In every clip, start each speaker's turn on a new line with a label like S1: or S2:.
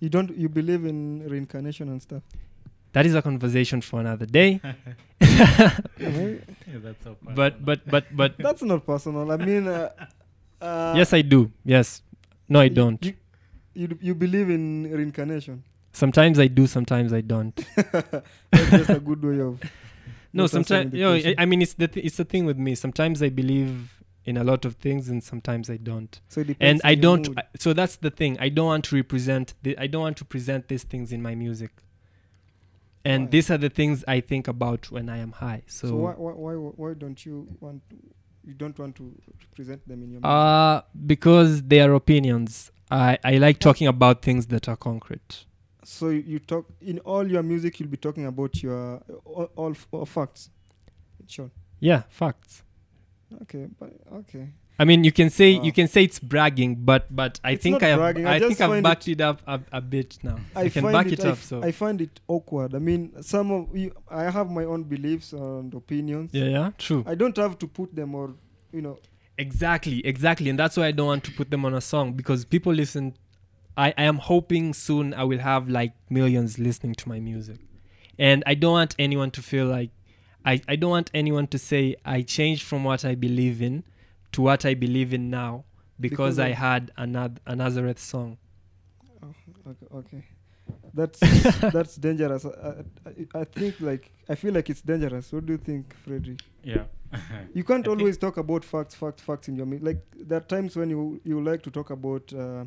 S1: You don't you believe in reincarnation and stuff.
S2: That is a conversation for another day.
S1: Yeah, maybe-
S3: Yeah, that's so
S2: but
S3: personal.
S2: but but but
S1: That's not personal. I mean, uh, uh,
S2: yes, I do. Yes. No, I don't.
S1: You, you, d- you believe in reincarnation.
S2: Sometimes I do. Sometimes I don't.
S1: That's just a good way of.
S2: No,
S1: not answering
S2: sometimes.
S1: the
S2: You know, I,
S1: question.
S2: I mean, it's the th- it's the thing with me. Sometimes I believe in a lot of things, and sometimes I don't.
S1: so it
S2: and
S1: depends
S2: I
S1: on your
S2: don't.
S1: mood.
S2: I, so that's the thing. I don't want to represent. The, I don't want to present these things in my music. And
S1: Why?
S2: these are the things I think about when I am high. So,
S1: so why, why why why don't you want you don't want to present them in your mind?
S2: uh, because they are opinions, I I like talking about things that are concrete.
S1: so you, you talk in all your music. You'll be talking about your all all, f- all facts. Sure.
S2: Yeah, facts.
S1: Okay, but okay.
S2: I mean, you can say
S1: Wow.
S2: you can say it's bragging, but but I
S1: It's
S2: think
S1: not
S2: I have,
S1: bragging, I
S2: I, think
S1: just
S2: I've
S1: find
S2: backed it, up a, a bit now. I, can back
S1: find
S2: it,
S1: I
S2: up.
S1: f-
S2: so
S1: I find it awkward. I mean, some of you, I have my own beliefs and opinions.
S2: yeah, yeah, true.
S1: I don't have to put them or you know.
S2: Exactly, exactly, and that's why I don't want to put them on a song because people listen. I, I am hoping soon I will have like millions listening to my music, and I don't want anyone to feel like I I don't want anyone to say I changed from what I believe in to what I believe in now because,
S1: Because
S2: I
S1: of-
S2: had another a Nazareth song.
S1: Okay, okay. that's that's dangerous. I, I, I think like I feel like it's dangerous. What do you think, Frederick?
S3: yeah.
S1: You can't
S2: I think-
S1: always talk about facts, facts, facts in your mu- like. There are times when you you like to talk about. Uh,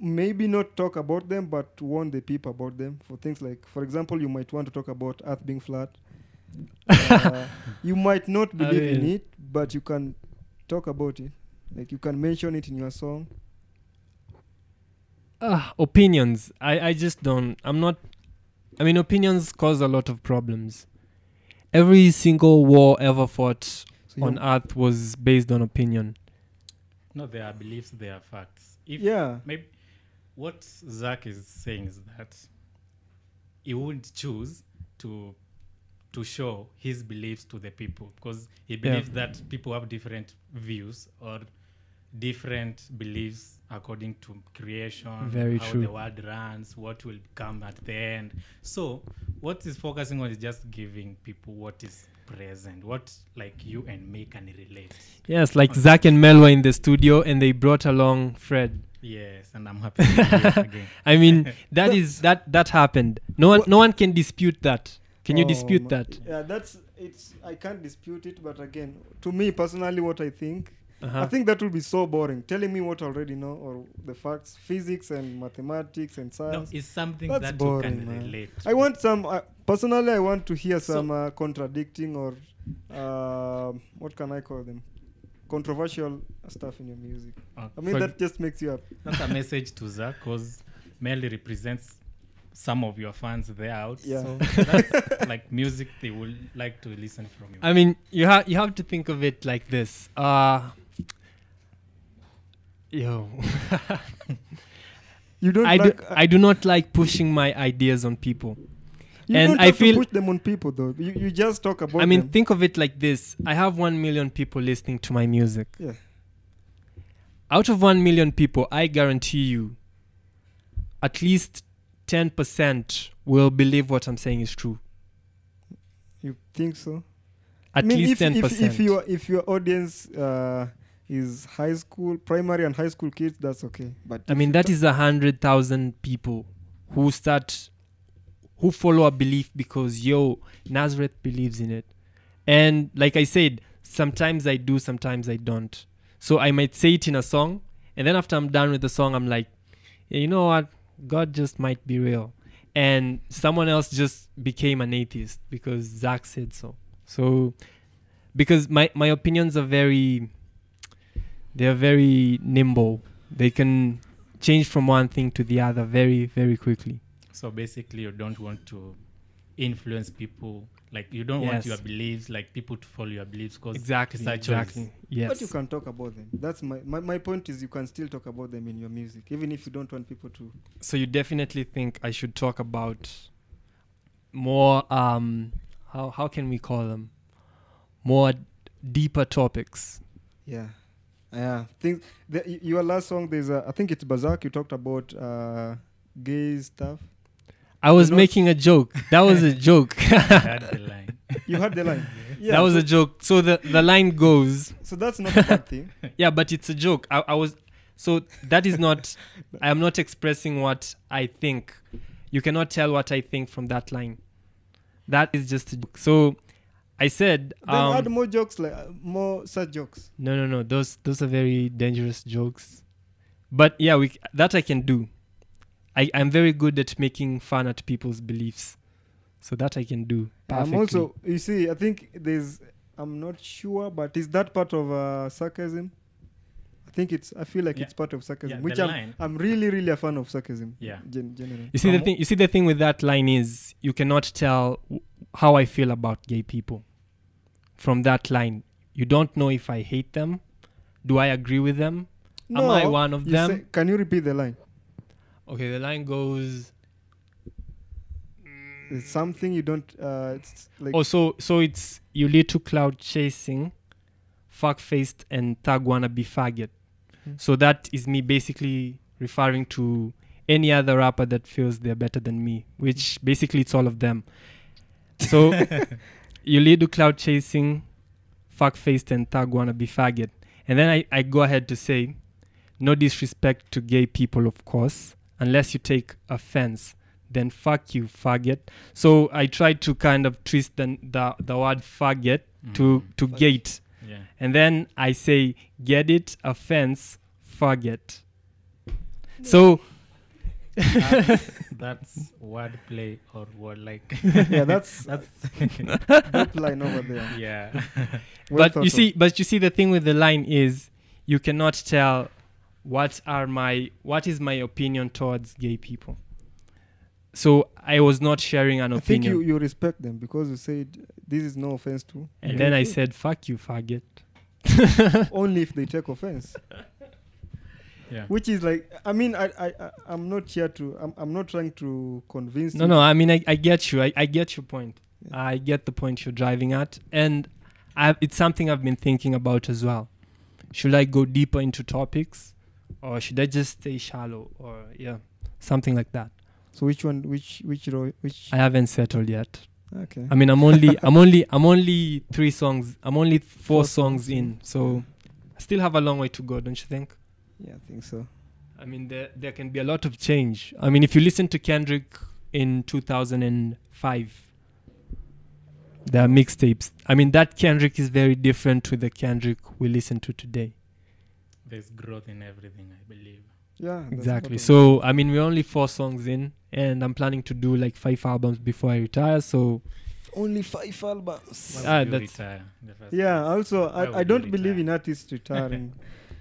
S1: Maybe not talk about them, but warn the people about them for things like, for example, you might want to talk about Earth being flat. Uh, you might not believe in
S2: mean-
S1: it, but you can talk about it. Like you can mention it in your song.
S2: Ah, opinions. I, I just don't. I'm not. I mean, opinions cause a lot of problems. Every single war ever fought
S1: So
S2: on
S1: you-
S2: earth was based on opinion.
S3: no, there are beliefs, there are facts. If
S1: yeah,
S3: maybe what Zach is saying is that he wouldn't choose to to show his beliefs to the people because he believes that people have different views or different beliefs according to creation,
S2: Very
S3: how
S2: true.
S3: the world runs, what will come at the end. So what he's focusing on is just giving people what is present, what like you and me can relate.
S2: Yes, like Zach and Mel were in the studio and they brought along Fred.
S3: Yes, and I'm happy to be here again.
S2: I mean, that is that that happened. No one, no one can dispute that. Can you
S1: Oh,
S2: dispute
S1: ma-
S2: that?
S1: Yeah, that's it's. I can't dispute it, but again, to me personally, what I think, I
S2: Uh-huh.
S1: think that will be so boring. Telling me what I already know or the facts, physics and mathematics and
S3: No,
S1: science.
S3: it's something
S1: That's
S3: that you
S1: boring,
S3: can
S1: man.
S3: relate.
S1: I want some. Uh, personally, I want to hear
S3: So-
S1: some uh, contradicting or um what can I call them, controversial stuff in your music.
S3: Uh,
S1: I mean,
S2: For-
S1: that just makes you up.
S3: That's a message to Zach because Melly represents some of your fans there out.
S1: Yeah.
S3: So that's like music they will like to listen from you.
S2: I mean, you have you have to think of it like this. Uh, yo.
S1: You don't.
S2: I do,
S1: like, uh,
S2: I do not like pushing my ideas on people.
S1: you
S2: and
S1: don't
S2: I
S1: have
S2: feel-
S1: to push them on people though. You, you just talk about.
S2: I mean,
S1: them.
S2: think of it like this I have 1 million people listening to my music.
S1: Yeah.
S2: Out of 1 million people, I guarantee you at least 10% will believe what I'm saying is true.
S1: you think so?
S2: At
S1: I mean,
S2: least
S1: if,
S2: 10%.
S1: If, if your if your audience uh, is high school, primary and high school kids, that's okay. But
S2: I mean, that is a 100,000 people who start, who follow a belief because, yo, Nazareth believes in it. And like I said, sometimes I do, sometimes I don't. So I might say it in a song, and then after I'm done with the song, I'm like, "Yeah, you know what? God just might be real. And someone else just became an atheist because Zach said so. So, because my, my opinions are very, they are very nimble. They can change from one thing to the other very, very quickly.
S3: so basically, you don't want to influence people. Like you don't want
S2: Yes.
S3: your beliefs, like people to follow your beliefs because
S2: Exactly.
S3: it's a choice.
S2: Exactly. Yes.
S1: But you can talk about them. That's my, my my point is you can still talk about them in your music, even if you don't want people to.
S2: so you definitely think I should talk about more um how how can we call them more d- deeper topics
S1: Yeah, yeah. Things. The, y- your last song, there's a. I think it's Bazak. You talked about uh, gay stuff?
S2: I was
S1: Not-
S2: making a joke. That was a joke.
S3: I had the line.
S1: You had the line. yeah,
S2: that was
S1: so,
S2: a joke. So the, the line goes.
S1: so that's not a bad thing.
S2: Yeah, but it's a joke. I, I was so that is not. I am not expressing what I think. You cannot tell what I think from that line. That is just a joke. So I said,
S1: Then add
S2: um,
S1: more jokes, like uh, more such jokes.
S2: no, no, no. Those those are very dangerous jokes. But yeah, we c- that I can do. I I'm very good at making fun at people's beliefs, so that I can do perfectly.
S1: I'm also, you see, I think there's, I'm not sure, but is that part of uh, sarcasm? I think it's, I feel like
S3: Yeah.
S1: it's part of sarcasm,
S3: Yeah,
S1: which
S3: the
S1: I'm,
S3: line.
S1: I'm really, really a fan of sarcasm.
S3: Yeah.
S1: Gen- generally.
S2: You see the
S3: Promo.
S2: thing. You see the thing with that line is you cannot tell w- how I feel about gay people. From that line, you don't know if I hate them. Do I agree with them? Am I one of
S1: you
S2: them?
S1: say- can you repeat the line?
S2: Okay, the line goes.
S1: It's something you don't, uh, it's like,
S2: Oh, so so it's you little cloud chasing, fuck faced and thug wannabe faggot.
S1: Hmm.
S2: So that is me basically referring to any other rapper that feels they're better than me, which basically it's all of them. So you little cloud chasing, fuck faced and thug wannabe faggot. And then I, I go ahead to say, no disrespect to gay people, of course, unless you take offense. Then fuck you, faggot. So I tried to kind of twist the the, the word faggot to to
S1: Faggot.
S2: gate,
S3: Mm, yeah.
S2: and then I say get it offense faggot. So
S3: That's, that's wordplay or word like.
S1: yeah, that's
S3: that's
S1: that line over there.
S3: yeah.
S1: Well
S2: but
S1: thought
S2: you
S1: of.
S2: see but you see the thing with the line is you cannot tell what are my what is my opinion towards gay people so i was not sharing an
S1: I
S2: opinion
S1: think you, you respect them because you said this is no offense to.
S2: and
S3: Yeah.
S2: then i said fuck you faggot
S1: Only if they take offense,
S3: Yeah.
S1: which is like, I mean, I, I, I I'm not here to, I'm, I'm not trying to convince.
S2: no
S1: you.
S2: no i mean i, I get you I, I get your point
S1: Yeah.
S2: i get the point you're driving at and I, it's something i've been thinking about as well should i go deeper into topics or should i just stay shallow or yeah something like that
S1: So which one, which, which row, which?
S2: i haven't settled yet
S1: okay.
S2: I mean, I'm only, I'm only, I'm only three songs. I'm only four,
S1: Four
S2: songs
S1: songs
S2: in, so I still have a long way to go, don't you think?
S1: Yeah, I think so.
S2: I mean, there there can be a lot of change. I mean, if you listen to Kendrick in 2005, there are mixtapes. I mean, that Kendrick is very different to the Kendrick we listen to today.
S3: There's growth in everything, I believe.
S1: Yeah. that's
S2: exactly.
S1: what I'm-
S2: So, I mean, we're only four songs in, and I'm planning to do like five albums before I retire. So,
S1: only five albums.
S3: Why
S2: Ah,
S3: would you
S2: that's-
S3: retire in the first
S1: Yeah.
S3: place?
S1: Also,
S3: Why would
S1: I, I
S3: you
S1: don't believe
S3: retire?
S1: in artists retiring.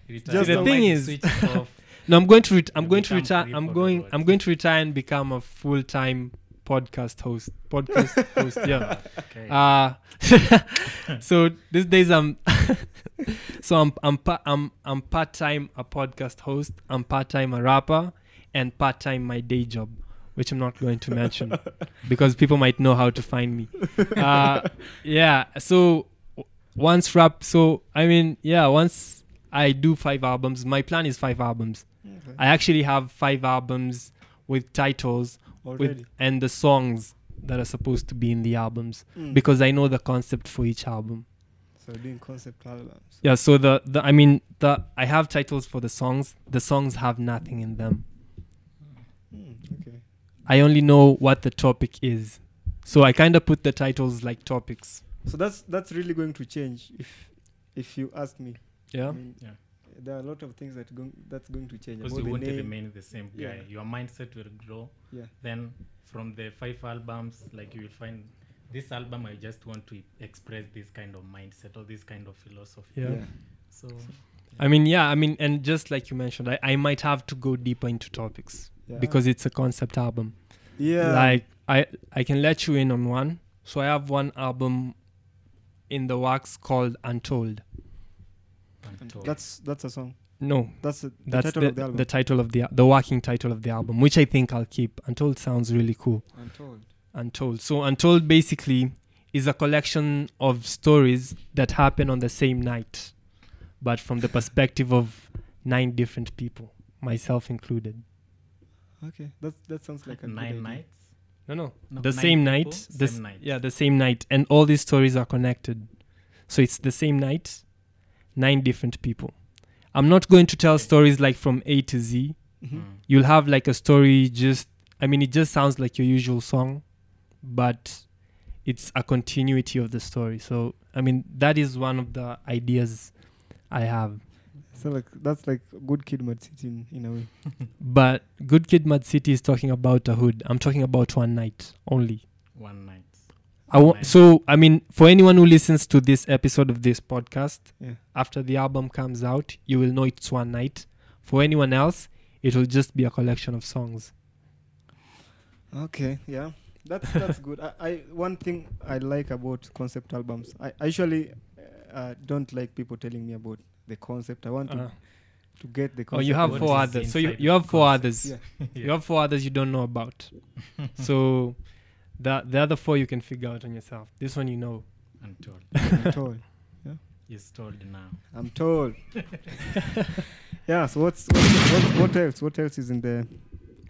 S3: Retire.
S1: Just
S3: You
S1: the
S3: might
S2: thing is-
S3: switch off.
S2: No, I'm going to ret- I'm
S3: You
S2: going to
S3: become
S2: retire.
S3: free
S2: I'm
S3: for
S2: going.
S3: everyone.
S2: I'm going to retire and become a full time podcast host. Podcast host. Yeah.
S3: Okay.
S2: Uh so these days I'm. so I'm I'm pa- I'm I'm part time a podcast host. I'm part time a rapper, and part time my day job, which I'm not going to mention because people might know how to find me. Uh, yeah. So w- once rap. So I mean, yeah. Once I do five albums, my plan is five albums.
S1: Okay.
S2: I actually have five albums with titles
S1: Already.
S2: with and the songs that are supposed to be in the albums
S1: Mm.
S2: because I know the concept for each album.
S1: so doing concept albums.
S2: Yeah, so the, the I mean the I have titles for the songs. The songs have nothing in them.
S1: Mm, okay.
S2: I only know what the topic is. So I kind of put the titles like topics.
S1: So that's that's really going to change if if you ask me. I
S2: Yeah.
S1: mean,
S3: Yeah.
S1: There are a lot of things that going that's going to change.
S3: Because
S1: about
S3: you
S1: the
S3: won't
S1: name.
S3: remain the same guy.
S1: Yeah.
S3: Your mindset will grow.
S1: Yeah.
S3: Then from the five albums, like you will find this album, I just want to express this kind of mindset or this kind of philosophy.
S2: Yeah.
S3: So
S2: I mean, yeah, I mean, and just like you mentioned, I, I might have to go deeper into topics
S1: Yeah.
S2: because it's a concept album.
S1: yeah.
S2: like i i can let you in on one so i have one album in the works called untold
S3: I'm told.
S1: that's that's a song.
S2: no
S1: That's a, the
S2: that's
S1: title
S2: the,
S1: of the album.
S2: the title of the the working title of the album which i think i'll keep untold sounds really cool
S1: I'm told.
S2: untold so untold basically is a collection of stories that happen on the same night but from the perspective of nine different people myself included
S1: Okay, that that sounds like a good idea.
S3: nine nights.
S2: No, no.
S3: No,
S2: the
S3: nine
S2: same
S3: people,
S2: night.
S3: same
S2: The s-
S3: night.
S2: Yeah, the same night. And all these stories are connected. So it's the same night, nine different people. I'm not going to tell
S3: Okay.
S2: stories like from A to Z.
S1: Mhm.
S3: Mm.
S2: You'll have like a story just, I mean, it just sounds like your usual song, but it's a continuity of the story. So, I mean, that is one of the ideas I have.
S1: So like that's like good kid mad city in, in a way.
S2: But Good Kid Mad City is talking about a hood. I'm talking about one night only.
S3: One night.
S2: I wa-
S3: Nice.
S2: so I mean, for anyone who listens to this episode of this podcast,
S1: Yeah.
S2: after the album comes out, you will know it's one night. For anyone else, it will just be a collection of songs.
S1: Okay, yeah, that's that's good. I, I one thing I like about concept albums. I, I usually uh, uh, don't like people telling me about the concept. I want to,
S2: Uh,
S1: to get the
S2: oh,
S1: concept.
S2: you have
S1: and
S3: What
S2: four
S3: is
S2: others. So you,
S3: inside
S2: you
S3: the
S2: have four
S3: concept?
S2: others.
S1: Yeah.
S2: You have four others you don't know about. so the the other four you can figure out on yourself. This one you know.
S3: Untold.
S1: I'm told.
S3: He's told now.
S1: I'm told. yeah. So what's, what's what, what else? What else is in the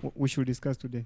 S1: what we should discuss today?